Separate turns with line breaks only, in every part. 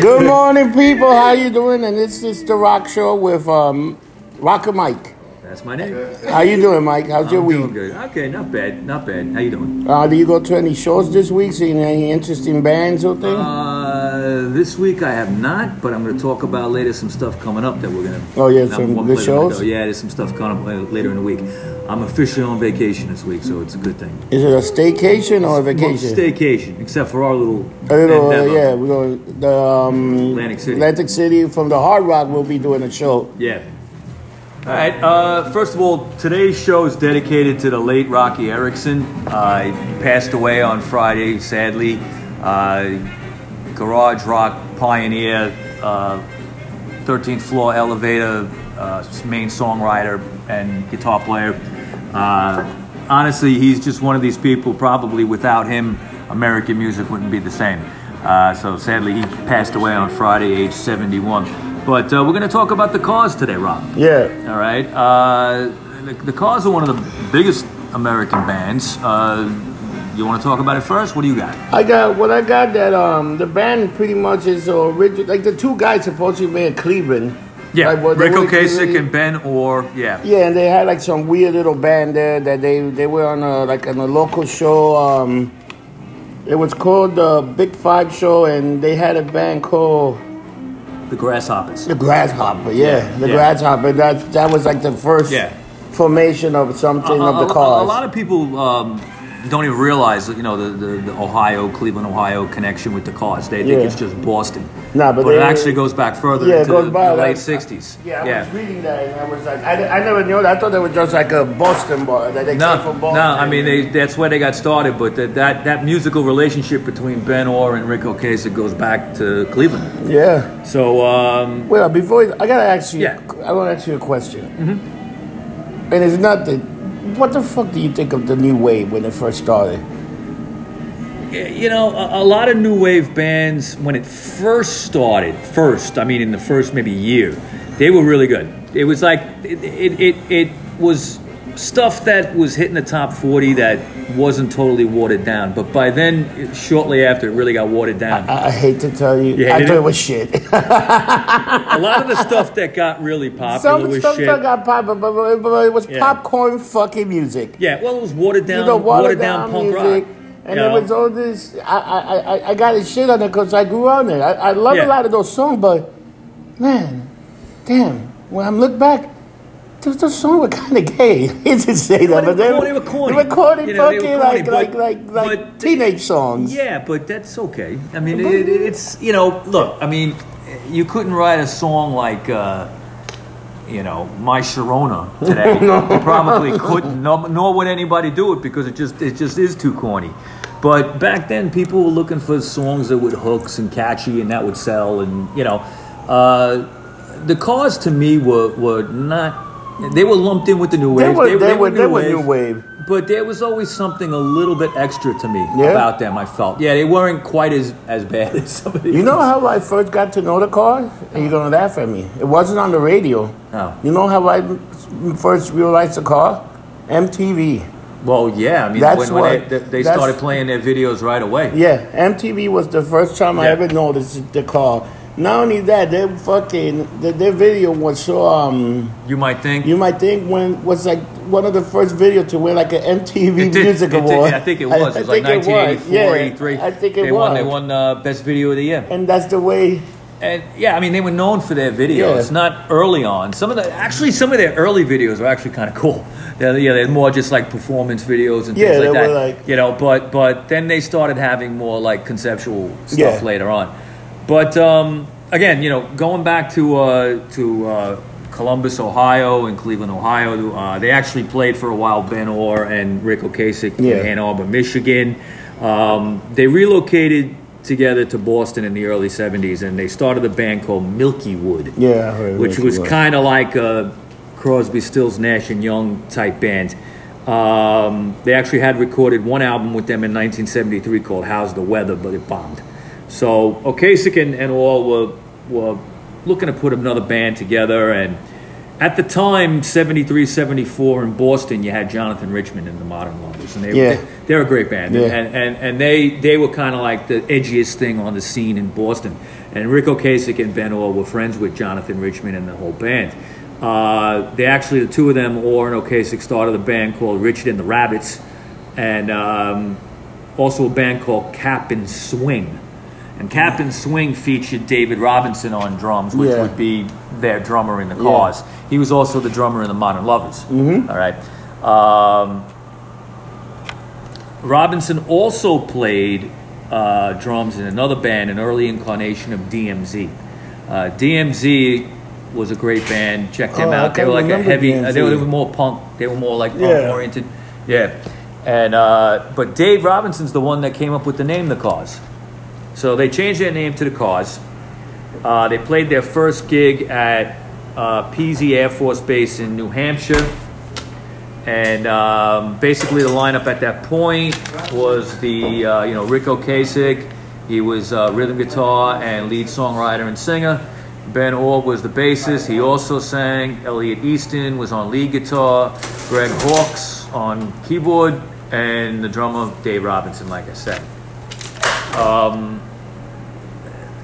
Good morning, people. How you doing? And this is the Rock Show with um, Rocker Mike.
That's my name.
How you doing, Mike? How's your
I'm doing
week?
good. Okay, not bad, not bad. How you doing?
Uh, do you go to any shows this week? See any interesting bands or thing?
Uh, this week I have not, but I'm going to talk about later some stuff coming up that we're going to.
Oh, yeah, some good shows?
Yeah, there's some stuff coming up la- later in the week. I'm officially on vacation this week, so it's a good thing.
is it a staycation or a
Well,
vacation?
staycation, except for our little.
a little, uh,
endeavor.
yeah. We go the um,
Atlantic City.
Atlantic City from the Hard Rock. We'll be doing a show.
Yeah. All right. Uh, first of all, today's show is dedicated to the late Rocky Erickson. Uh, he passed away on Friday, sadly. Uh, garage rock pioneer, uh, 13th floor elevator, uh, main songwriter, and guitar player. Uh, honestly, he's just one of these people, probably without him, American music wouldn't be the same. Uh, so sadly, he passed away on Friday, age 71. But uh, we're going to talk about the cause today, Rob.
Yeah.
All right. Uh, the, the Cars are one of the biggest American bands. Uh, you want to talk about it first? What do you got?
I got what I got. That um, the band pretty much is original. Like the two guys supposed to be in Cleveland. Like, well, they
Rick
were in
Ocasek
Cleveland.
and Ben Orr. Yeah.
Yeah, and they had like some weird little band there that they they were on a like on a local show. Um, it was called the Big Five Show, and they had a band called
The Grasshoppers.
the Grasshopper. Yeah, the
yeah.
Grasshopper. That that was like the first
Yeah.
formation of something
a,
of the
a-
cause.
a lot of people um, don't even realize, you know, the, the, the Ohio, Cleveland, Ohio connection with the cars. They think
Yeah.
it's just Boston.
Nah, but
it
they-
actually goes back further
Yeah, it
into
goes
the,
by,
the
like-
late 60s.
yeah, I was reading that and I was like, I, I never knew that. I thought they were just like a Boston bar. That they came
No,
from
no.
Boston.
I mean, they, that's where they got started. But that, that that musical relationship between Ben Orr and Rick Ocasek goes back to Cleveland.
Yeah.
So um,
Well, before I gotta ask you,
Yeah. Mm-hmm.
I want to ask you a question. And it's not the, what the fuck do you think of the new wave when it first started?
y- you know, a, a lot of new wave bands when it first started, first I mean, in the first maybe year, they were really good. It was like it it it, it was stuff that was hitting the top 40 that wasn't totally watered down but by then it- shortly after it really got watered down
I, I hate to tell you,
You
I
hated
thought
it?
it was shit.
a lot of the stuff that got really popular
some
was
some
shit.
stuff got popular, but, but- but it was
Yeah.
popcorn fucking music.
Yeah, well, it was watered down,
you know, watered,
watered
down,
down, punk
music.
rock.
And
you
there
know?
was all this. I I, I, I got his shit on it because I grew on it. I, I love
Yeah.
a lot of those songs, but man, damn, when I look back, those, those songs were kind of gay. It's to say that,
Well,
but
they
they
were-
were
they were corny.
They were corny,
You know, they
fucking
were corny,
like, like
but-
like like
but-
teenage songs.
yeah, but that's okay. I mean, it, it- it's you know, look, I mean, you couldn't write a song like. Uh, you know, my Sharona today. You probably couldn't, nor, nor would anybody do it because it just it just is too corny. But back then, people were looking for songs that would hooks and catchy and that would sell, and you know, uh, the cars to me were were not. They were lumped in with the new wave.
They were, they, were, they were new wave.
But there was always something a little bit extra to me
Yeah?
about them. I felt, yeah, they weren't quite as as bad as somebody.
You know how I first got to know the car? And you're gonna laugh at me. It wasn't on the radio.
Oh.
You know how I first realized the car? MTV.
Well, yeah, I mean,
That's
when, when
what-
they, they
that's-
started playing their videos right away.
Yeah, MTV was the first time I
Yeah.
ever noticed the car. Not only that, their fucking their, their video was so um.
You might think
You might think when was like one of the first video to win like an MTV
It did-
Music
it did,
Award.
yeah, I think it was. it was like
think it was,
1984,
yeah,
83.
I think it
they
was.
Won, they won uh, Best Video of the Year.
And that's the way.
And yeah, I mean, they were known for their
Yeah.
videos, not early on. Some of the, actually, some of their early videos were actually kind of cool. They're, yeah, they're more just like performance videos and
Yeah,
things like
they were
that.
like-
you know, but but then they started having more like conceptual stuff
Yeah.
later on. But um, again, you know, going back to uh, to uh, Columbus, Ohio, and Cleveland, Ohio, uh, they actually played for a while. Ben Orr and Rick Ocasek
Yeah.
in Ann Arbor, Michigan. Um, they relocated together to Boston in the early '70s, and they started a band called Milky Wood
Yeah, I heard
which
it
was kind of like a Crosby, Stills, Nash and Young type band. Um, they actually had recorded one album with them in 1973 called "How's the Weather," but it bombed. So Okasic and, and all were were looking to put another band together, and At the time, 73, 74 in Boston, you had Jonathan Richmond and the Modern Lovers, and they
Yeah.
they, they're a great band,
Yeah.
and, and and they they were kind of like the edgiest thing on the scene in Boston. And Rick Ocasek and Ben Orr were friends with Jonathan Richmond and the whole band. Uh, they actually the two of them, Orr and Ocasek, started a band called Richard and the Rabbits, and um, also a band called Cap and Swing. And Cap and Swing featured David Robinson on drums, which
Mm. Yeah.
would be their drummer in the Cause. He was also the drummer in the Modern Lovers. Mm-hmm. right. Um, Robinson also played uh, drums in another band, an early incarnation of DMZ. Uh, DMZ was a great band. Check them
Oh, I
out. They
don't
were like a
remember
heavy. uh, they, were,
DMZ.
they were more punk. They were more like punk
Yeah.
oriented. Yeah. And uh, but Dave Robinson's the one that came up with the name The Cause. So they changed their name to The Cause. Uh, they played their first gig at uh, Peasy Air Force Base in New Hampshire. And um, basically, the lineup at that point was the uh, you know Rick Ocasek, he was uh, rhythm guitar and lead songwriter and singer. Ben Orr was the bassist. He also sang. Elliot Easton was on lead guitar. Greg Hawkes on keyboard, and the drummer Dave Robinson. Like I said,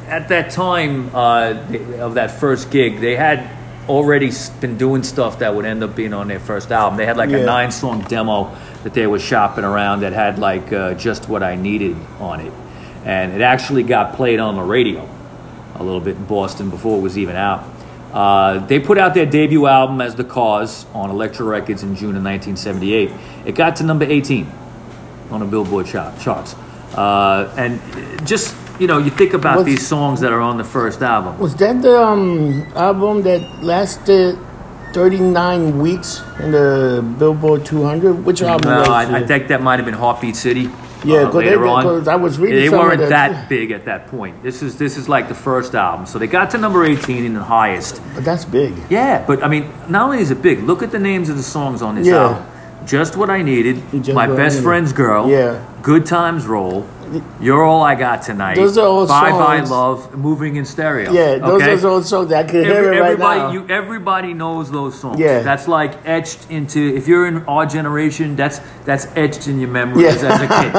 at that time uh, th- of that first gig, they had already s- been doing stuff that would end up being on their first album. They had like a
Yeah.
nine song demo that they were shopping around that had like uh, just what I needed on it. And it actually got played on the radio a little bit in Boston before it was even out. Uh, they put out their debut album as The Cause on Elektra Records in June of 1978. It got to number 18 on the Billboard chart, charts. Uh, and just, you know, you think about
What's-
these songs that are on the first album.
Was that the um, album that lasted 39 weeks in the Billboard 200? Which album?
No,
was
I, I
it?
think that might have been Heartbeat City. uh,
Yeah, 'cause they-
later
they-
on.
'cause I was reading
They
some of
weren't
the-
that big at that point. This is this is like the first album. So they got to number 18 in the highest.
But that's big.
Yeah, but I mean, not only is it big, look at the names of the songs on this
Yeah.
album. Just What I Needed,
Just
My
What I
Best
Needed.
Friend's Girl,
Yeah.
Good Times Roll, You're All I Got Tonight,
Those are all
Bye Bye
songs-
Love, Moving in Stereo.
Yeah, those
okay?
are those songs that I could hear
Every-
it right
everybody,
now.
you, everybody knows those songs.
Yeah.
that's like etched into. If you're in our generation, that's that's etched in your memories
Yeah.
as a kid.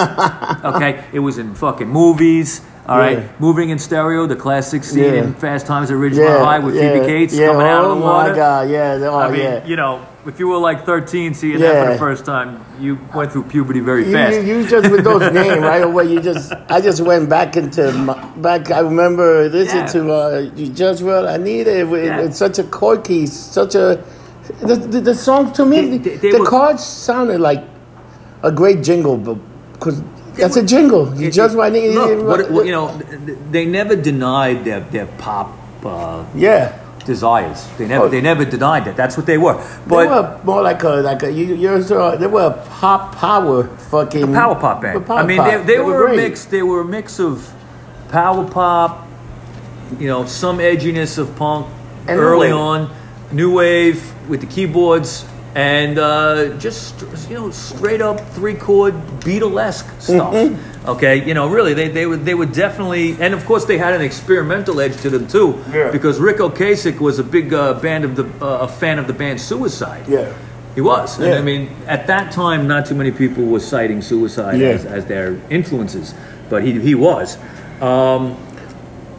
Okay, it was in fucking movies. All right,
Yeah.
moving in stereo, the classic scene
Yeah.
in Fast Times at Ridgemont
yeah,
High with
yeah,
Phoebe Cates
yeah,
coming out of the water.
Oh my God! Yeah, they- oh
I mean,
yeah.
you know, if you were like 13 seeing that for the
Yeah.
first time, you went through puberty very
You,
fast.
you, you just with those names right away. You just I just went back into my, back. I remember listening
Yeah.
to uh, you just well I need it. It-
Yeah.
It's such a quirky, such a the, the, the song to me.
They- they- they
the
were-
cards sounded like a great jingle, but because that's a jingle. You
It-
just
it-
what I need.
Look, what, what, you know, th- th- they never denied their their pop. Uh,
yeah.
desires. They never,
Oh.
they never denied it. That's what they were.
They
But
were more like a like a you, you're so they were a pop power fucking
a power pop
a
band.
power
I mean,
pop.
they, they, were, a
great.
mix. They were a mix of power pop, you know, some edginess of punk
And new
early
wave.
on, new wave with the keyboards, and uh, just you know, straight up three chord Beatlesque stuff.
Mm-hmm.
Okay, you know, really, they, they were they were definitely, and of course, they had an experimental edge to them too,
Yeah.
because Rick Ocasek was a big uh, band of the uh, a fan of the band Suicide.
Yeah,
He was. And
Yeah.
I mean, at that time, not too many people were citing suicide
Yeah.
as, as their influences, but he, he was. Um,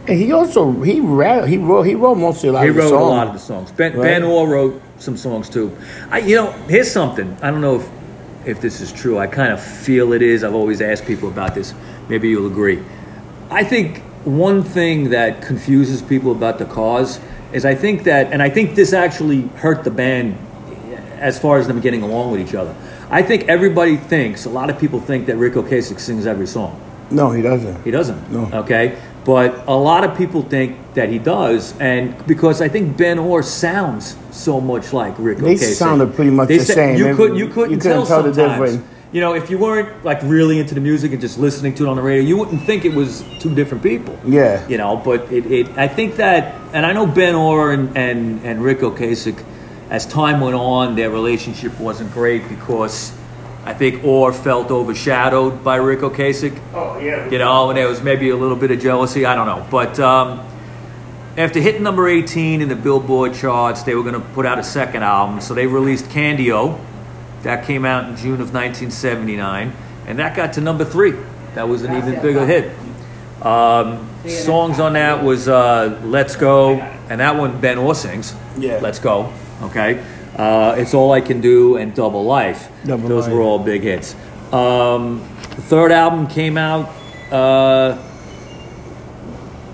and he also he wrote he wrote he wrote mostly a lot
he
of the
wrote a
songs.
lot of the songs. Ben,
Right.
ben Orr wrote some songs too. I, you know, here's something. I don't know if, if this is true. I kind of feel it is. I've always asked people about this. Maybe you'll agree. I think one thing that confuses people about the cause is I think that, and I think this actually hurt the band as far as them getting along with each other. I think everybody thinks, a lot of people think that Rick Ocasek sings every song.
No, he doesn't.
He doesn't.
No.
Okay? But a lot of people think that he does, and because I think Ben Orr sounds so much like Rick
They
Ocasek.
sounded pretty much the
sa-
same.
You,
They-
could, you
you
couldn't
couldn't
tell,
tell the
sometimes.
difference.
You know, if you weren't like really into the music and just listening to it on the radio, you wouldn't think it was two different people.
Yeah.
You know, but it, it I think that, and I know Ben Orr and, and, and Rick Ocasek, as time went on, their relationship wasn't great because I think Orr felt overshadowed by Rick Ocasek.
Oh yeah.
You know, and there was maybe a little bit of jealousy. I don't know, but um, After hitting number 18 in the Billboard charts, they were going to put out a second album. So they released Candio. That came out in June of 1979. And that got to number three. That was an even bigger hit. Um, songs on that was uh, Let's Go. And that one, Ben Orr sings.
Yeah.
Let's Go. Okay. Uh, it's All I Can Do and Double Life.
Double
Those
Life.
were all big hits. Um, the third album came out. Uh,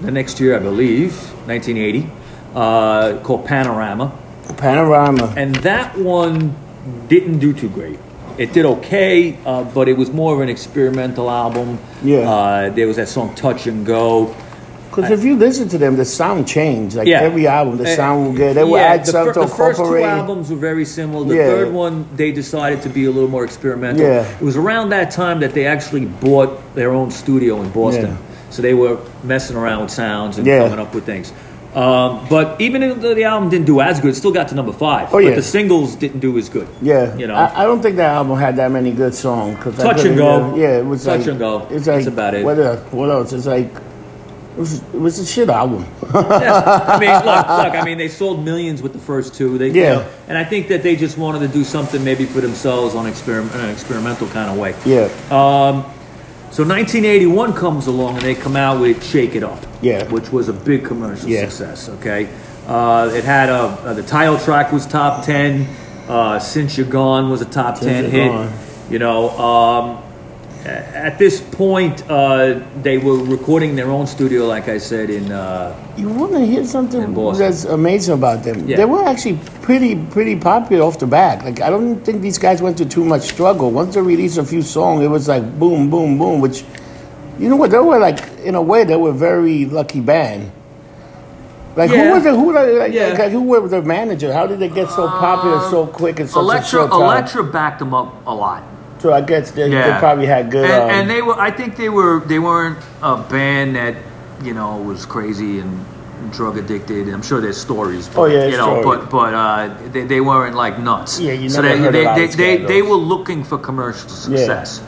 the next year, I believe, 1980, uh, called Panorama.
Panorama.
And that one didn't do too great. It did okay, uh, but it was more of an experimental album.
Yeah.
Uh, there was that song Touch and Go.
Because if you listen to them, the sound changed. Like
Yeah.
every album, the
And-
sound will get. They will
yeah,
add
the fir-
something to
The first two
incorporate.
albums were very similar. The
Yeah.
third one, they decided to be a little more experimental.
Yeah.
It was around that time that they actually bought their own studio in Boston.
Yeah.
So they were messing around with sounds and
Yeah.
coming up with things. Um, but even though the album didn't do as good, it still got to number five.
Oh, yeah.
But the singles didn't do as good.
Yeah,
You know?
I, I don't think that album had that many good songs. 'cause I
Touch and
couldn't
Go.
even- Yeah, it was
Touch
like,
and Go.
It's like
That's about it.
What, else? what else? It's like it was, it was a shit album.
I mean, look, look, I mean, they sold millions with the first two. They,
Yeah.
you know, and I think that they just wanted to do something maybe for themselves on experiment, an experimental kind of way.
Yeah,
So 1981 comes along and they come out with Shake It Up.
Yeah.
Which was a big commercial
Yeah.
success, okay? Uh, it had a, uh, the title track was top 10. Uh, Since You're Gone was a top
Since
10
You're
hit.
Gone.
You know, um, a- at this point, uh, they were recording in their own studio, like I said, in. Uh,
you want to hear something
And Boston.
that's amazing about them?
Yeah.
They were actually pretty pretty popular off the bat. Like I don't think these guys went through too much struggle. Once they released a few songs, it was like boom, boom, boom. Which you know what? They were like in a way they were a very lucky band. Like who
Yeah.
was it? Who like,
Yeah. Um,
like, who were the manager? How did they get so popular so quick in such a short time?
backed them up a lot.
So I guess they, they
Yeah.
probably had good.
and,
um,
and they were. I think they were. They weren't a band that you know was crazy and drug addicted. I'm sure there's stories. But,
Oh, yeah,
you know,
stories.
but but uh, they, they weren't like nuts.
Yeah, you
so
never
they
heard
they,
about
they, they,
scandals.
they were looking for commercial success.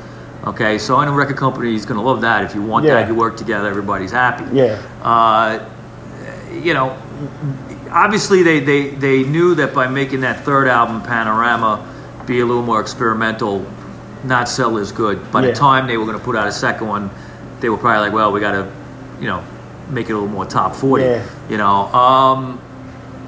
Okay, so any record company is going to love that. If you want
Yeah.
that, you work together. Everybody's happy.
Yeah.
Uh, you know, obviously they, they, they knew that by making that third album, Panorama, be a little more experimental, not sell as good. By
Yeah.
the time they were going to put out a second one, they were probably like, well, we got to, you know, make it a little more top 40.
Yeah.
You know, um,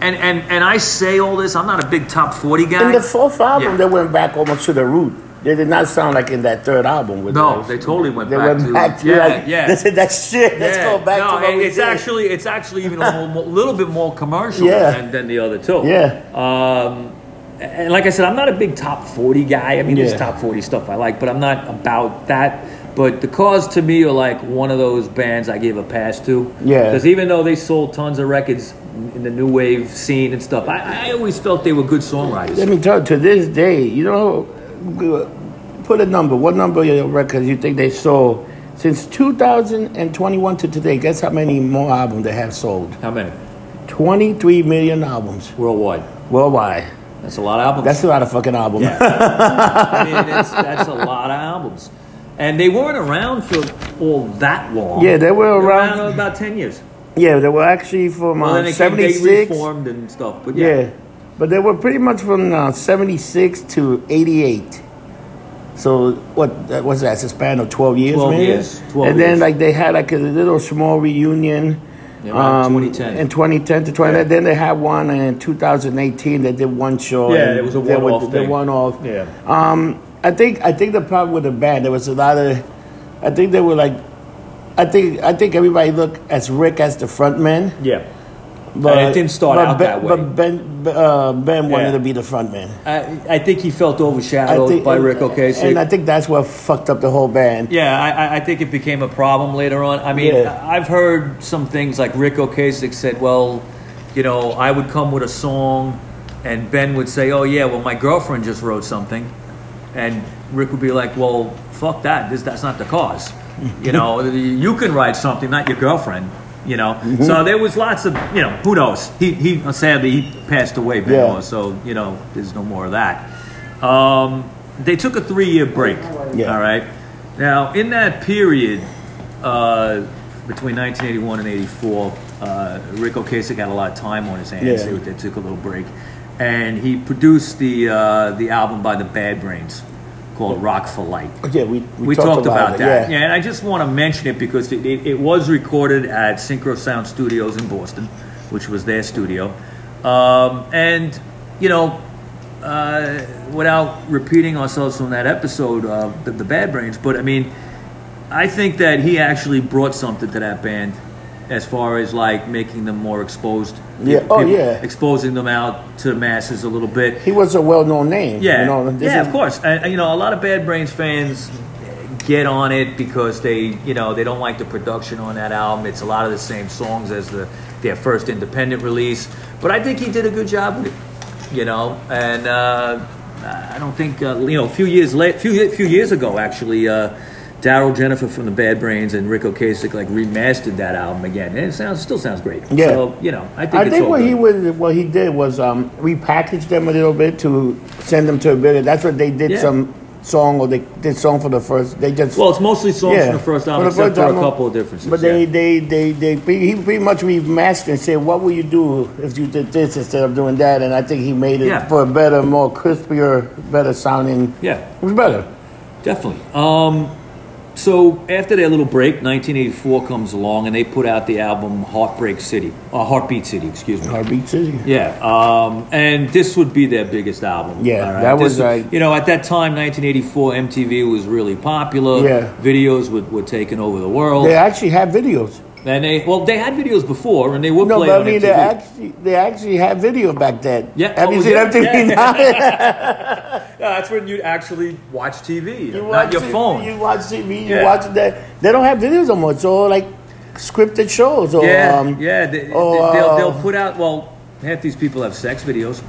and, and, and I say all this, I'm not a big top 40 guy.
in the fourth album,
Yeah.
they went back almost to the root. They did not sound like in that third album. With
No,
those.
they totally went
They
back
went
to-
back to
yeah,
like,
yeah.
This is that shit. Let's
Yeah.
go back
no,
to what
and
we
it's
did.
actually it's actually even a little, more, little bit more commercial
Yeah.
than, than the other two.
Yeah.
Um, and like I said, I'm not a big top 40 guy. I mean,
Yeah.
there's top 40 stuff I like, but I'm not about that. But the Cause to me are like one of those bands I gave a pass to.
Yeah.
Because even though they sold tons of records in the new wave scene and stuff, I, I always felt they were good songwriters.
Let me tell you, to this day, you know, put a number. What number of your records you think they sold since 2021 to today? Guess how many more albums they have sold?
How many?
23 million albums
Worldwide.
worldwide.
That's a lot of albums.
That's a lot of fucking albums.
I mean, that's, that's a lot of albums. And they weren't around for all that long.
Yeah, they were
They were
around-
about 10 years.
Yeah, they were actually from
Well,
uh,
then they, came, they
76.
reformed and stuff. But
yeah.
yeah.
but they were pretty much from uh, 76 to 88. So what that was that? It's a span of 12 years,
12
maybe?
years, 12
and then
years.
like they had like a little small reunion.
Yeah, around
um,
2010.
In 2010 to 20.
Yeah.
Then they had one in 2018. They did one show.
Yeah,
and
it was a
they were-
one-off
They
thing.
one off.
Yeah.
Um, I think I think the problem with the band there was a lot of, I think they were like, I think I think everybody looked as Rick as the front man.
Yeah. And it didn't start
but
out
ben,
that way.
But Ben, uh, Ben wanted
Yeah.
to be the front man.
Uh, I, I think he felt
I
overshadowed
think-
by Rick Ocasek.
and I think that's what fucked up the whole band.
Yeah, I, I- I think it became a problem later on. I mean,
Yeah.
I- I've heard some things like Rick Ocasek said, well, you know, I would come with a song, and Ben would say, oh, yeah, well, my girlfriend just wrote something. And Rick would be like, well, fuck that. This, that's not the cause. You know, you can write something, not your girlfriend. You know,
Mm-hmm.
so there was lots of you know who knows. He he sadly he passed away, Ben
Yeah.
Moore, so you know there's no more of that. Um, they took a three year break.
Yeah.
All right. Now, in that period uh, between 1981 and 84, Uh, Rick Ocasek had a lot of time on his hands.
Yeah.
They, they took a little break, and he produced the uh, the album by the Bad Brains called Rock for Light.
Yeah, we, we,
We, talked, about,
it,
that.
Yeah.
and I just want to mention it because it, it, it was recorded at Synchro Sound Studios in Boston, which was their studio. Um, and, you know, uh, without repeating ourselves from that episode of the, the Bad Brains, but I mean, I think that he actually brought something to that band as far as like making them more exposed.
Yeah. Oh, yeah.
Exposing them out to the masses a little bit.
He was a well-known name.
Yeah,
you know, this
yeah,
is-
of course. And, and, you know, a lot of Bad Brains fans get on it because they, you know, they don't like the production on that album. It's a lot of the same songs as the their first independent release. But I think he did a good job with it, you know. And uh, I don't think uh, you know. A few years late, few few years ago, actually. Uh, Daryl Jennifer from the Bad Brains and Rick Ocasek like remastered that album again, and it sounds still sounds great.
Yeah.
so, you know, I think
I
it's
think
all
what
good.
he was, what he did was um, repackage them a little bit to send them to a video. That's what they did
Yeah.
some song or they did song for the first. They just
Well, it's mostly songs from the first album,
For the
except
first
for a
album.
couple of differences.
But
yeah.
they, they, they, they, he pretty much remastered and said, "What would you do if you did this instead of doing that?" And I think he made it
Yeah.
for a better, more crispier, better sounding.
yeah.
It was better.
Definitely. Um, so after their little break, 1984 comes along, and they put out the album Heartbreak City, uh, Heartbeat City, excuse me.
Heartbeat City.
Yeah, um, and this would be their biggest album.
Yeah,
all
that
This
was, uh,
you know at that time, 1984, MTV was really popular.
Yeah.
videos were, were taking over the world,
They actually had videos.
and they well they had videos before, and they were
No,
playing
but I
on
mean,
MTV.
they actually, they actually had video back then.
Yeah,
Have you
oh,
seen
yeah,
MTV now?
Yeah, that's when you'd actually watch TV,
You
not
watch
your
TV,
phone.
You watch TV. You
Yeah.
watch that. They don't have videos no more. It's all like scripted shows. Or,
yeah,
um,
yeah. They,
oh,
they,
uh,
will they'll put out well. Half these people have sex videos.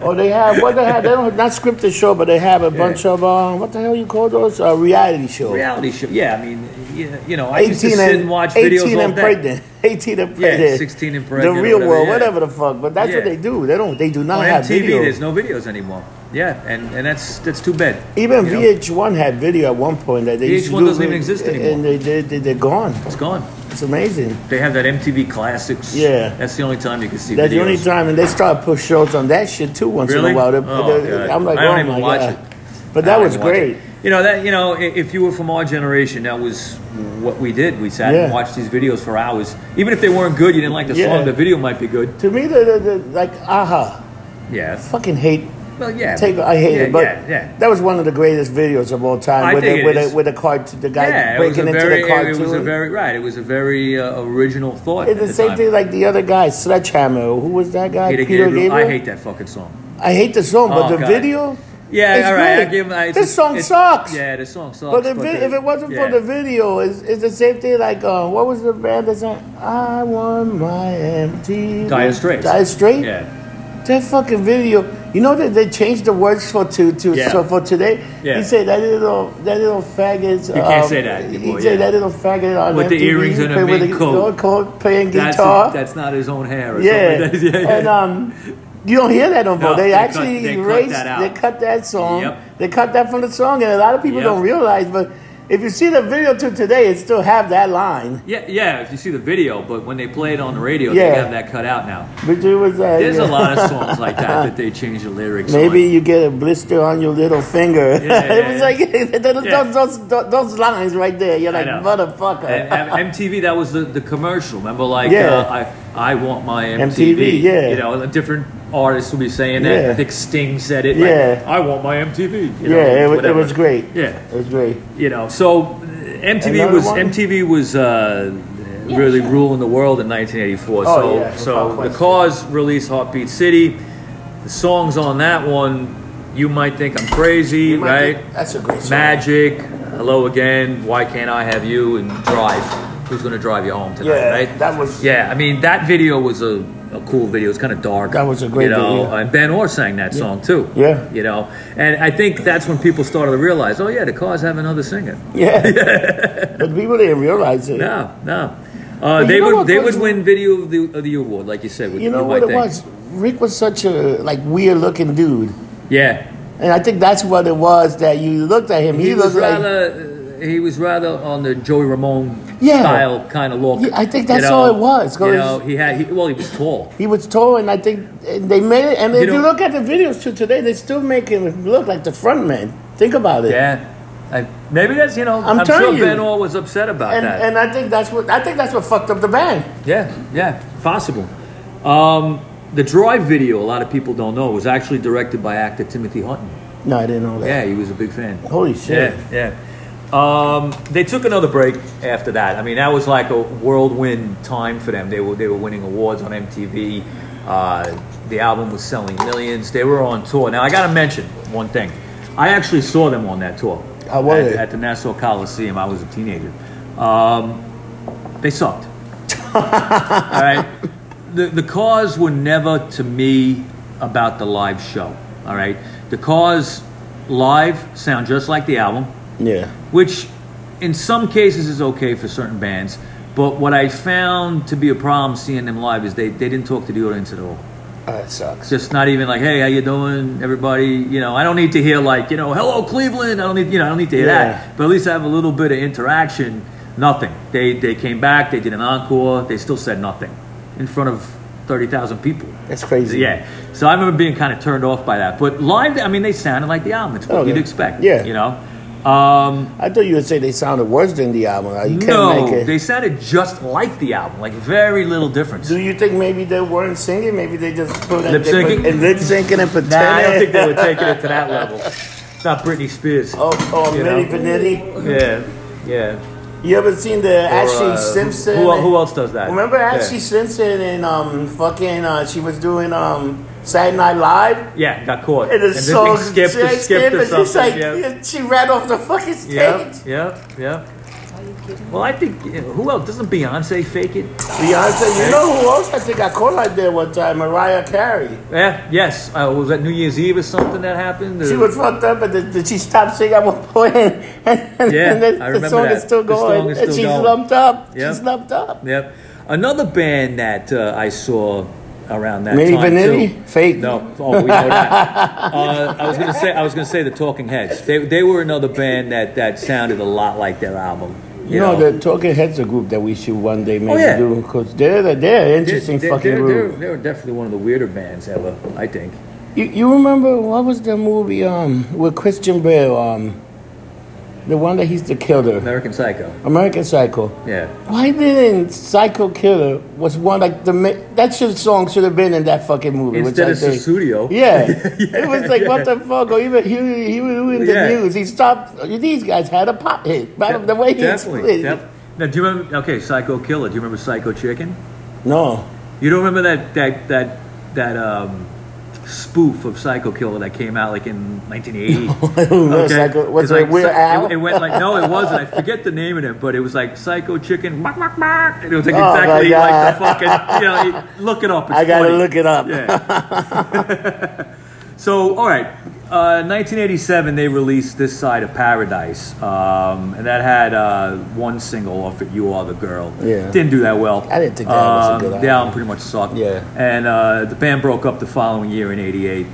Or Oh, they have what they have. They don't not scripted show, but they have a bunch of um, what the hell you call those uh, reality shows.
reality show. Yeah, I mean, yeah, you know, I used to
Eighteen
sit
and
and watch videos
18
all
and
day.
pregnant. 18 and
Yeah,
pregnant.
16 and
The
pregnant,
real
whatever,
world,
yeah.
whatever the fuck. But that's what
Yeah.
they do. They don't. They do not
On
have
MTV,
video.
there's no videos anymore. Yeah, and, and that's that's too bad.
Even
you know?
VH1 had video at one point that they used to
VH1
do
doesn't even
with-
exist
And
anymore.
they, they, they, they're gone.
it's gone.
It's amazing.
They have that MTV Classics.
Yeah.
that's the only time you can see.
That's
videos.
the only time, and they start push shows on that shit too once
Really?
in a while. They-
Oh,
they-
God.
I'm like,
I don't
oh
even
my
watch
God.
it.
But that
I
was
didn't watch
great.
it. You know that you know i- if you were from our generation, that was what we did. We sat and
Yeah.
watched these videos for hours, even if they weren't good. You didn't like the
Yeah.
song. The video might be good.
To me, the, the, the like aha,
Yeah.
fucking hate.
Well, yeah.
Take I hate
yeah,
it, but
yeah, yeah.
that was one of the greatest videos of all time.
I
with
think
the,
it
with
is.
The, with the cart, the guy
yeah, it was
breaking
a
into
very,
the
it
cartoon.
was a very right. It was a very uh, original thought.
it's
at
the same
time.
thing like the other guy, Sledgehammer. Who was that guy?
Peter Gabriel. I hate that fucking song.
I hate the song, but
Oh,
the
God.
video.
Yeah,
It's
all right. I
great.
give him. I,
This
it's-
song
it's-
sucks.
Yeah, the song sucks.
But if it,
the-
if it wasn't
yeah.
for the video, it's, it's the same thing. Like uh, what was the band that sang? I want my empty.
Dire Straits.
Dire Straits.
yeah,
That fucking video. You know that they changed the words for to to
Yeah.
so for today.
Yeah.
He said that little that little faggot. You
can't say that anymore,
He said
yeah.
that little faggot on
With the
MTV,
earrings and a
play with
mink
a
coat.
coat, playing
that's
guitar.
that's not his own hair. Or
yeah.
something. yeah, yeah.
and um. You don't hear that no more.
No,
they,
they cut-
actually
they cut
erased.
that out.
they cut that song.
Yep.
They cut that from the song, and a lot of people
Yep.
don't realize. But if you see the video to today, it still have that line.
yeah, yeah. If you see the video, but when they play it on the radio,
Yeah.
they have that cut out now.
But it was uh,
There's
yeah.
a lot of songs like that that they change the lyrics.
Maybe
on.
you get a blister on your little finger.
Yeah.
it was like those,
Yeah.
those, those, those lines right there. You're
I
like
know.
motherfucker.
And M- MTV, that was the, the commercial. Remember, like,
Yeah.
uh, I, I want my MTV.
MTV, yeah.
You know, different artists would be saying that.
Yeah.
I think Sting said it.
Yeah.
Like, I want my MTV. you know,
yeah, it, was, it
whatever.
was great.
Yeah.
It was great.
You know, so uh, MTV
Another
was
one?
MTV was uh, really ruling the world in
Oh,
1984. so,
yeah, without
so the
question.
Cause released "Heartbeat City." The songs on that one, you might think I'm crazy, right?
That's a great song.
Magic, Hello Again, Why Can't I Have You, and Drive. Who's gonna drive you home tonight,
Yeah,
right?
that was-
Yeah, I mean that video was a, a cool video. It's kind of dark.
That was a great
you know,
video.
And Ben Orr sang that song too.
Yeah.
You know, and I think that's when people started to realize, oh yeah, the Cars have another singer.
Yeah. but people didn't realize it.
No, no. Uh,
you
they
know
would
what
they
goes-
would win video of the, of the award, like you said. With,
You know what
might
it
think.
was? Rick was such a like weird looking dude.
Yeah,
And I think that's what it was that you looked at him. He,
he was
looked like
rather uh, he was rather on the Joey Ramone
Yeah.
style kind of look.
Yeah, I think that's all it was,
You
'cause-
know, he had he, well, he was tall.
He was tall, and I think and they made it. And if you
know-
look at the videos to today, they still make him look like the front man. Think about it.
Yeah, I, maybe that's you know.
I'm
I'm, sure
telling you.
Ben All was upset about
And,
that.
and I think that's what I think that's what fucked up the band.
Yeah, yeah, possible. Um, the Drive video, a lot of people don't know, was actually directed by actor Timothy Hutton.
No, I didn't know that.
Yeah, he was a big fan.
Holy shit!
Yeah, yeah. Um, they took another break after that. I mean, that was like a whirlwind time for them. They were they were winning awards on MTV. Uh, the album was selling millions. They were on tour. Now I got to mention one thing. I actually saw them on that tour.
How was
at,
it?
at the Nassau Coliseum. I was a teenager. Um, they sucked. All right. The, the cause were never to me about the live show. All right. The cause live sound just like the album,
Yeah,
which in some cases is okay for certain bands. But what I found to be a problem seeing them live is they, they didn't talk to the audience at all.
Oh, that sucks.
It's just not even like, hey, how you doing, everybody? You know, I don't need to hear like, you know, hello Cleveland. I don't need, you know, I don't need to hear
Yeah.
that. But at least I have a little bit of interaction. Nothing. They they came back. They did an encore. They still said nothing in front of thirty thousand people.
That's crazy.
Yeah. So I remember being kind of turned off by that. But live, I mean, they sounded like the album. It's what
Oh,
you'd
yeah.
expect.
Yeah.
You know. Um,
I thought you would say they sounded worse than the album. You can't make
no,
it.
they sounded just like the album. Like very little difference.
Do you think maybe they weren't singing? Maybe they just put
Lip
they put-
syncing?
and lip syncing and pretending.
nah, I don't think they were taking it to that level. Not Britney Spears.
Oh, oh,
You
Milli
know?
Vanilli.
Yeah, yeah.
You ever seen the Ashley
uh,
Simpson?
who- who else does that?
Remember
Yeah.
Ashley Simpson and um fucking uh, she was doing um Saturday Night Live.
Yeah, got caught.
And the
this
song
thing skipped,
she
or skipped or
and she's like
something. Yeah,
she ran off the fucking stage.
yeah, yeah. yeah. Well, I think you know, who else doesn't Beyonce fake it?
Beyonce, you know who else I think I called like that one time? Mariah Carey.
Yeah, yes. Uh, was that New Year's Eve or something that happened?
She
Or-
was fucked up, and then, then she stopped singing at one point, and, and
Yeah,
then
I
the
remember
song
that.
is still
The song
going,
is
and
still
she's
going.
lumped up.
Yeah.
She's lumped up.
Yep. Another band that uh, I saw around that
Milli
time
Vanilli?
too.
Fake.
No, oh, we know that. uh, I was gonna say I was gonna say the Talking Heads. They, they were another band that, that sounded a lot like their album. You, Oh,
You know, the Talking Heads are group that we should one day maybe
yeah.
do because they're they're, they're an interesting
they're,
fucking
they're, they're,
group.
they're definitely one of the weirder bands ever. I think.
You, you remember what was the movie um with Christian Bale um the one that he's the killer
American Psycho.
American Psycho.
Yeah.
Why didn't Psycho Killer was one like the ma- that should song should have been in that fucking movie which
Instead
I
of
think-
Susudio.
Yeah. it was like what the fuck? Or even he, he was in the
Yeah.
news. He stopped. These guys had a pop hit. But the way he
Definitely.
explained it-
Def- now, do you remember? Okay, Psycho Killer. Do you remember Psycho Chicken?
No,
You don't remember that that that that um, spoof of Psycho Killer that came out like in 1980?
No, Psycho- was
It's
it Weird
Psy-
Al?
It, it went like no, it wasn't. I forget the name of it, but it was like Psycho Chicken. Mark, mark, mark. And it was like
Oh, my
exactly like
God.
the fucking. You know, you- look it up. It's
I gotta
funny.
look it up.
Yeah. so all right. Uh, 1987, they released "This Side of Paradise," um, and that had uh, one single off it, "You Are the Girl."
Yeah.
didn't do that well.
I didn't think that was a
Um,
good
The
album.
album pretty much sucked.
Yeah.
And uh, the band broke up the following year in '88.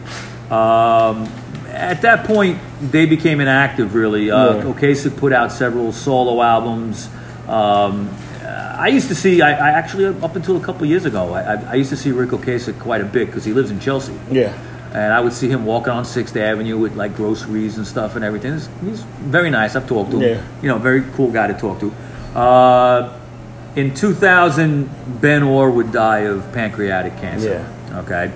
Um, at that point, they became inactive. Really, uh,
Yeah.
Ocasek put out several solo albums. Um, I used to see. I, I actually, up until a couple years ago, I, I, I used to see Rick Ocasek quite a bit because he lives in Chelsea,
yeah.
and I would see him walking on Sixth Avenue with like groceries and stuff and everything. He's, he's very nice. I've talked to him.
Yeah.
You know, very cool guy to talk to. Uh, in 2000, Ben Orr would die of pancreatic cancer.
Yeah.
Okay.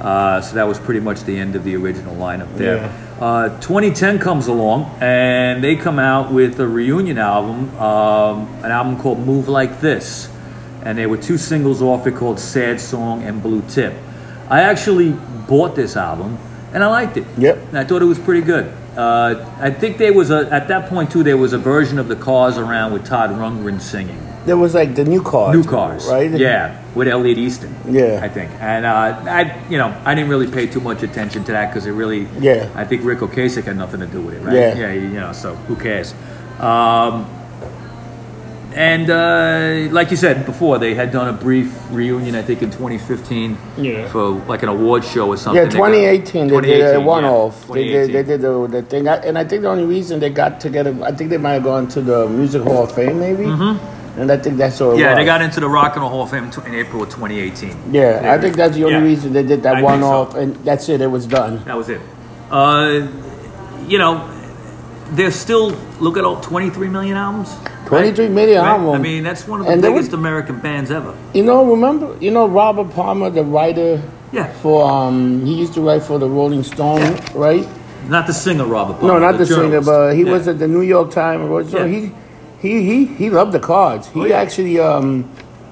Uh, so that was pretty much the end of the original lineup there.
Yeah.
Uh, 2010 comes along, and they come out with a reunion album, um, an album called Move Like This. And there were two singles off it called Sad Song and Blue Tip. I actually bought this album, and I liked it.
Yep.
And I thought it was pretty good. Uh, I think there was a, at that point too, there was a version of The Cars around with Todd Rundgren singing.
There was like the new cars.
New Cars.
right?
Yeah, with Elliot Easton.
Yeah.
I think. And uh, I, you know, I didn't really pay too much attention to that because it really.
Yeah.
I think Rick Ocasek had nothing to do with it, right?
Yeah.
Yeah, you know, so who cares? Um, and uh, like you said before, they had done a brief reunion, I think, in 2015
Yeah.
for like an award show or something.
Yeah,
They got-
2018, they did a
2018,
one
yeah.
off. They did, they
2018.
did the, the thing. I, and I think the only reason they got together, I think they might have gone to the Music Hall of Fame, maybe. And I think that's all it
Mm-hmm. Yeah, they
was.
got into the Rock and Roll Hall of Fame in tw- in April of 2018.
Yeah, I think that's the only
Yeah.
reason they did that
I think so.
one off, and that's it, it was done.
That was it. Uh, you know, there's still look at all 23 million albums. right?
23 million
Right?
albums.
I mean, that's one of the
And they
biggest
were-
American bands ever.
You know, remember, you know, Robert Palmer, the writer
Yeah.
for, um, he used to write for the Rolling Stone,
Yeah.
right?
Not the singer Robert.
No,
Palmer,
not the singer,
journalist.
but he
Yeah.
was at the New York Times. or So
Yeah.
he, he, he, he loved the cards. He
Oh, yeah.
actually um,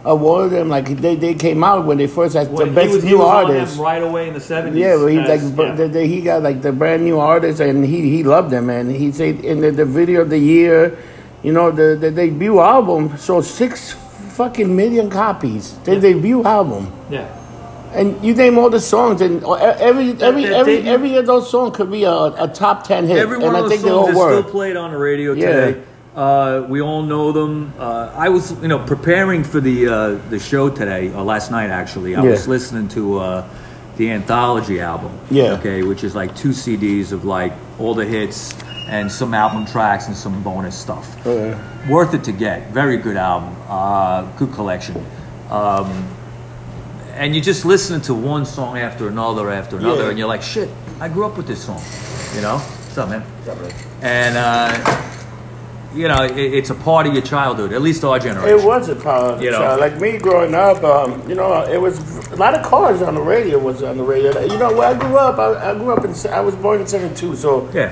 awarded them like they, they came out when they first had
Well,
the best
he was, he
new
was on them
artists.
right away in the 70s.
Yeah, well, he
as-
like
yeah.
but the, the, he got like the brand new artists, and he he loved them, and he said in the, the video of the year, you know, the, the debut album sold six fucking million copies. The debut album.
yeah.
And you name all the songs, and or e- every every
that
every
debut-
every of those songs could be a, a top ten hit,
Every one
and I
of those
think
songs
they
is
all work.
still played on the radio
Yeah.
today. Uh, we all know them. Uh, I was, you know, preparing for the uh, the show today or last night actually. I
Yeah.
was listening to uh, the anthology album.
Yeah.
Okay, which is like two CDs of like all the hits and some album tracks and some bonus stuff
Uh,
worth it to get. Very good album, uh, good collection. Um, and you just listen to one song after another after another,
Yeah.
and you're like, shit, I grew up with this song. You know? What's up, man? And, uh, you know, it, it's a part of your childhood, at least our
It
generation.
was a power of
You
the
know.
child. Like me growing up, um, you know, it was a lot of cars on the radio was on the radio. Like, You know, where I grew up, I, I grew up in, I was born in 72, so
yeah.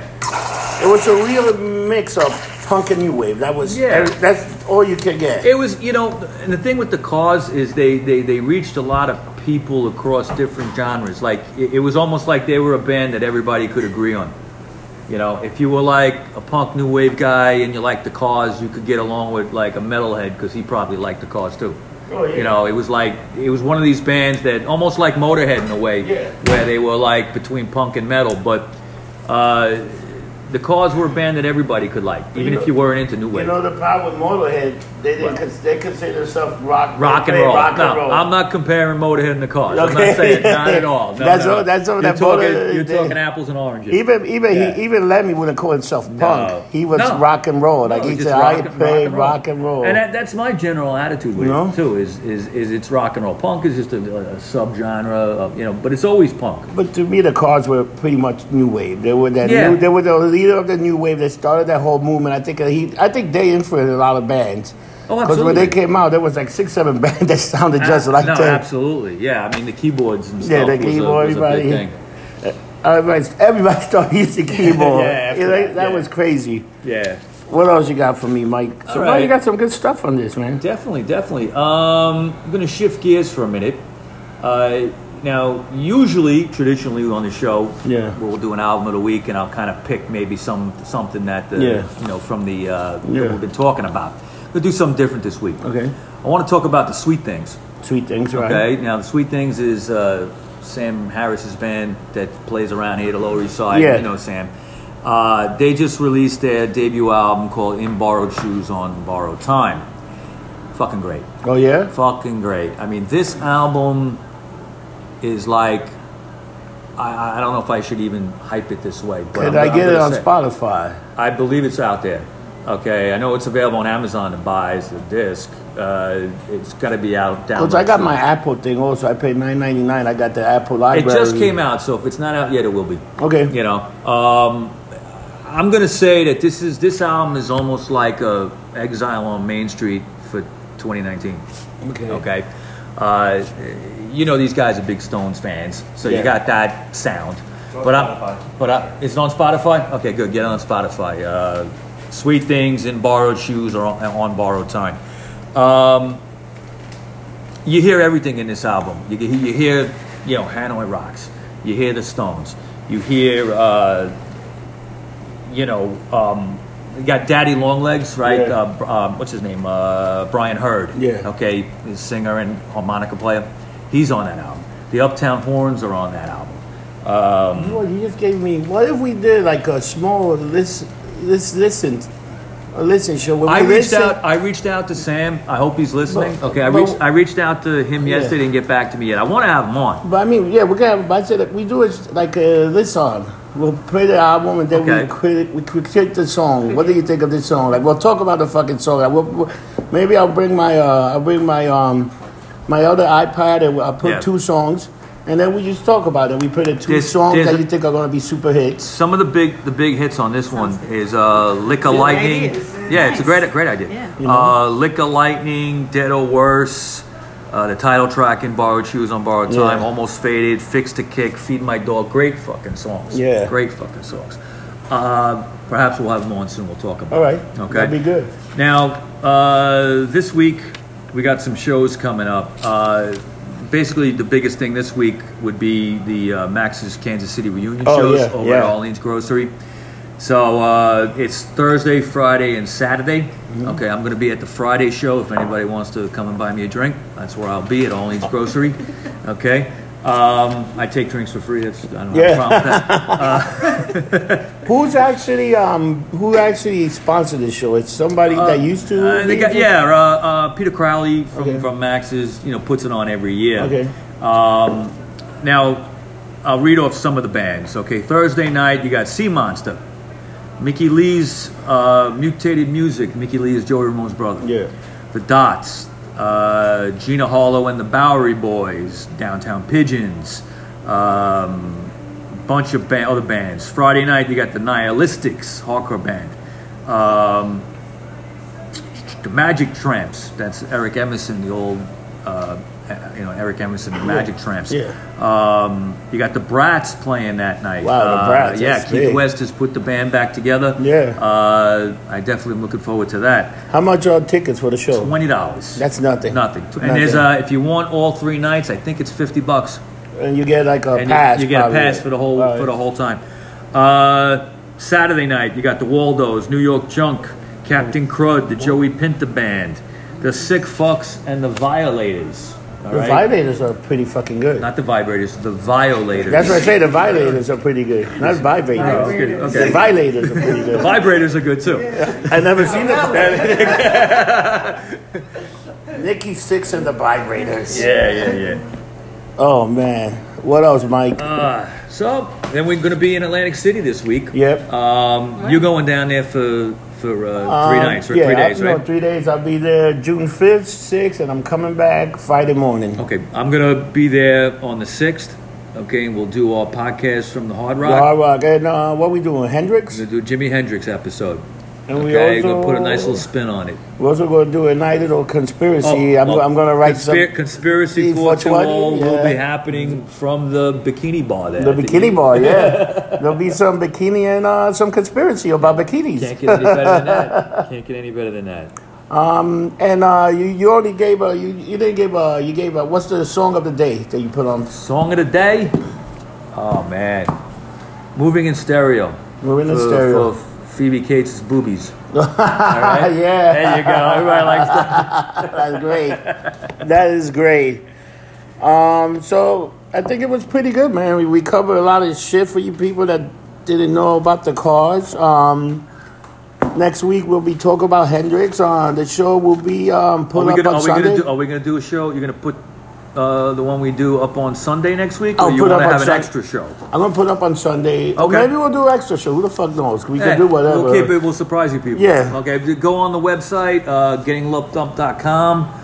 it was a real mix of punk and new wave. That was,
Yeah.
that's all you could get.
It was, you know, and the thing with the cause is they, they, they reached a lot of people across different genres. Like, it, it was almost like they were a band that everybody could agree on. You know, if you were like a punk new wave guy and you liked the cause, you could get along with like a metalhead because he probably liked the cause too.
Oh, yeah.
You know, it was like, it was one of these bands that almost like Motorhead in a way,
Yeah.
where they were like between punk and metal, but uh, the cause were a band that everybody could like,
You
even if
know-
you weren't into new
you
wave.
know, the problem with Motorhead, they didn't, cons- they consider themselves rock,
Rock
they
and
played
roll.
Rock
no,
and roll.
I'm not comparing Motorhead and the Cars. I'm
Okay.
not saying not at all. No,
That's
no.
all- that's all
you're
that
talking,
Motorhead
You're
did.
talking apples and oranges.
even even
Yeah.
he even Lemmy wouldn't call himself punk. He was
No.
rock and roll. Like
No,
he
just
said,
rock
I
and-
play
rock and roll.
rock and roll.
And that, that's my general attitude with
You know?
it too. Is, is is it's rock and roll. Punk is just a, a subgenre of you know, but it's always punk.
But to me, the Cars were pretty much new wave. They were that.
Yeah.
New, they were the leader of the new wave that started that whole movement. I think uh, he. I think they influenced a lot of bands.
Oh,
when they
absolutely.
came out, there was like six, seven bands that sounded just
Ah,
like
no,
them.
absolutely. Yeah, I mean the keyboards and
Yeah,
stuff
the
was,
keyboard,
a, was a big
everybody-
thing.
Everybody, Uh, everybody started using keyboard.
Yeah, after
You know,
that,
that,
yeah.
was crazy.
Yeah.
What else you got for me, Mike? So
All
far, you
right.
got some good stuff on this, man.
Definitely, definitely. Um, I'm going to shift gears for a minute. Uh, now, usually, traditionally on the show,
Yeah.
we'll do an album of the week, and I'll kind of pick maybe some something that uh,
Yeah.
you know from the uh,
Yeah.
that we've been talking about. We'll do something different this week.
Okay.
I want to talk about the sweet things.
Sweet things, right?
Okay. Now, the sweet things is uh, Sam Harris's band that plays around here at the Lower East Side.
Yeah.
You know Sam. Uh, they just released their debut album called "In Borrowed Shoes on Borrowed Time." Fucking great
Oh yeah.
fucking great. I mean, this album is like. I- I, I don't know if I should even hype it this way, but
Did
I'm-
I
I'm
get it
gonna
on
say-
Spotify?
I believe it's out there. Okay, I know it's available on Amazon to buy as a disc. Uh, it's got to be out.
Which
Download
I got
soon.
my Apple thing also. I paid nine ninety nine. I got the Apple
It
library.
just came out, so if it's not out yet, it will be.
Okay.
You know, um, I'm gonna say that this is this album is almost like a Exile on Main Street for 2019.
Okay.
Okay. Uh, you know these guys are big Stones fans, so
Yeah.
you got that sound. but I, but I, it's on Spotify. Okay, good. Get on Spotify. Uh, Sweet things in borrowed shoes or on, on borrowed time. Um, you hear everything in this album. You, can- you hear, you know, Hanoi Rocks. You hear the Stones. You hear, uh, you know, um, you got Daddy Longlegs, right?
Yeah.
Uh, Br- um, what's his name? Uh, Brian Hurd.
Yeah.
Okay, he's a singer and harmonica player. He's on that album. The Uptown Horns are on that album.
Well, you just gave me. What if we did like a small list, list listen
a listen show. When
I
we
reached
listen,
out. I reached out to Sam. I hope he's listening.
But-
okay, I
but-
reached. I reached out to him
Yeah.
yesterday. Didn't get back to me yet. I want to have him on.
But I mean, yeah, we're gonna. But I said that we do it like uh, this song. We'll play the album and then
Okay.
we critic we critique the song. What do you think of this song? Like we'll talk about the fucking song. Like, we'll, we'll- maybe I'll bring my uh, I'll bring my um my other iPad and I'll put
Yeah.
two songs and then we just talk about it. We play the two
There's-
songs
there's
that
a-
you think are gonna be super hits.
Some of the big the big hits on this one is uh, "Lick a
Good
Lightning."
ideas.
Yeah, it's a
Nice.
great great idea.
Yeah.
Uh, "Lick a Lightning," "Dead or Worse," uh, the title track in "Borrowed Shoes on Borrowed Time,"
Yeah.
"Almost Faded," "Fix to Kick," "Feed My Dog." Great fucking songs.
Yeah.
great fucking songs. Uh, perhaps we'll have him on soon. We'll talk about.
All right,
It. Okay.
that'd be good.
Now, uh, this week we got some shows coming up. Uh, basically, the biggest thing this week would be the uh, Max's Kansas City reunion
Oh,
shows
yeah,
over at
yeah.
Orleans Grocery. So uh, it's Thursday, Friday, and Saturday.
Mm-hmm.
Okay, I'm going to be at the Friday show. If anybody wants to come and buy me a drink, that's where I'll be at Orleans Grocery. Okay. Um, I take drinks for free. That's I don't have a
Yeah.
problem with that.
Who's actually um who actually sponsored this show? It's somebody that used to.
Uh, they
be-
got, yeah, uh, uh, Peter Crowley from,
Okay.
from Max's, you know, puts it on every year.
Okay.
Um, now, I'll read off some of the bands. Okay, Thursday night you got Sea Monster, Mickey Lee's uh, Mutated Music. Mickey Lee is Joey Ramone's brother.
Yeah.
The Dots, uh, Gina Hollow and the Bowery Boys, Downtown Pigeons, um, bunch of ba- other bands. Friday night you got the Nihilistics, hardcore band. Um, the Magic Tramps. That's Eric Emerson, the old, uh, you know, Eric Emerson, the Magic Tramps.
yeah.
Um, you got the Brats playing that night.
Wow, the
Uh,
Bratz,
yeah,
that's
Keith
big.
West has put the band back together.
Yeah.
Uh, I definitely am looking forward to that.
How much are tickets for the show?
Twenty dollars.
That's nothing.
Nothing. And there's
Nothing.
uh, if you want all three nights, I think it's fifty bucks
And you get like a
and you-
pass.
You, get a
probably.
pass for the whole
All right.
for the whole time. Uh, Saturday night, you got the Waldos, New York Junk, Captain Crud, the Joey Pinta Band, the Sick Fucks, and the Violators. All
The
right?
vibrators are pretty fucking good.
Not the vibrators, the violators.
That's what I say. The vibrators are pretty good. Not vibrators.
Okay,
The
okay.
violators are pretty good.
Vibrators are good too.
I never seen them. Nikki Six and the vibrators.
Yeah, yeah, yeah.
Oh man, what else, Mike?
Uh, so then we're going to be in Atlantic City this week.
Yep.
Um, you're going down there for for uh,
Um,
three nights or
yeah,
three
I-
days,
no,
right?
three days. I'll be there June fifth, sixth, and I'm coming back Friday morning.
Okay, I'm gonna be there on the sixth. Okay, and we'll do our podcast from the Hard Rock.
Hard Rock. And uh, what we doing? Hendrix.
We're gonna do a Jimi Hendrix episode.
And we
okay, we're gonna
also-
put a nice little spin on it.
We're also going to do a night little conspiracy.
Oh,
I'm,
well,
I'm going to write
conspir-
some.
conspiracy
See,
for two
420,
all will
yeah.
be happening from the bikini bar there.
The
at
bikini bar, yeah. There'll be some bikini and uh, some conspiracy about bikinis.
Can't get any better than that. Can't get any better than that.
Um, and uh, you, you already gave a you, you didn't give a you gave a what's the song of the day that you put on?
Song of the day. Oh man, moving in stereo.
Moving in
For-
Stereo.
for Phoebe Cates' boobies. All right?
Yeah.
There you go. Everybody likes that.
That's great. that is great. Um, so I think it was pretty good, man. We, we covered a lot of shit for you people that didn't know about the cars. Um, next week we'll be talking about Hendrix. Uh, the show will be um,
Are
put
we,
up
gonna,
on
are, we
Sunday.
gonna do, are we gonna do a show? You're gonna put uh, the one we do up on Sunday next week,
I'll
or you
put
want
up
to
on
have an
Sun-
extra show?
I'm gonna put up on Sunday. Or
Okay.
maybe we'll do extra show. Who the fuck knows? We can
Hey,
do whatever.
We'll keep it. We'll surprise you people.
Yeah.
Okay. d- Go on the website, uh, gettinglovedup.com.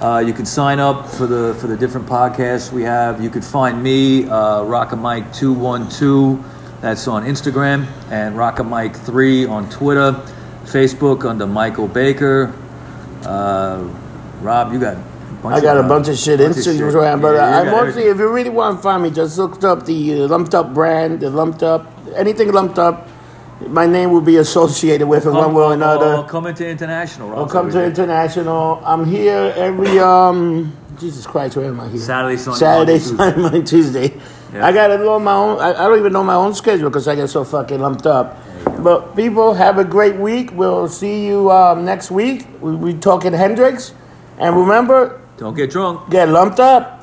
Uh, you can sign up for the for the different podcasts we have. You could find me, uh, Rock Mike two one two. That's on Instagram and Rock Mike three on Twitter, Facebook under Michael Baker. Uh, Rob, you got. A bunch
I got
of,
a bunch of shit
bunch of shit.
Instagram, but
Yeah, you
I
got
mostly, if you really want to find me, just look up the uh, lumped up brand, the lumped up, anything lumped up. My name will be associated with it one way or
Or
another.
come into international. Rob.
I'll come to
Everything.
international. I'm here every um. Jesus Christ, where am I here?
Saturday, Sunday, Monday,
Saturday,
Tuesday.
Sunday, Monday, Tuesday.
Yeah.
I got to know my own. I, I don't even know my own schedule because I get so fucking lumped up. But people, have a great week. We'll see you um, next week. We we talking Hendrix, and remember,
Don't get drunk.
get lumped up.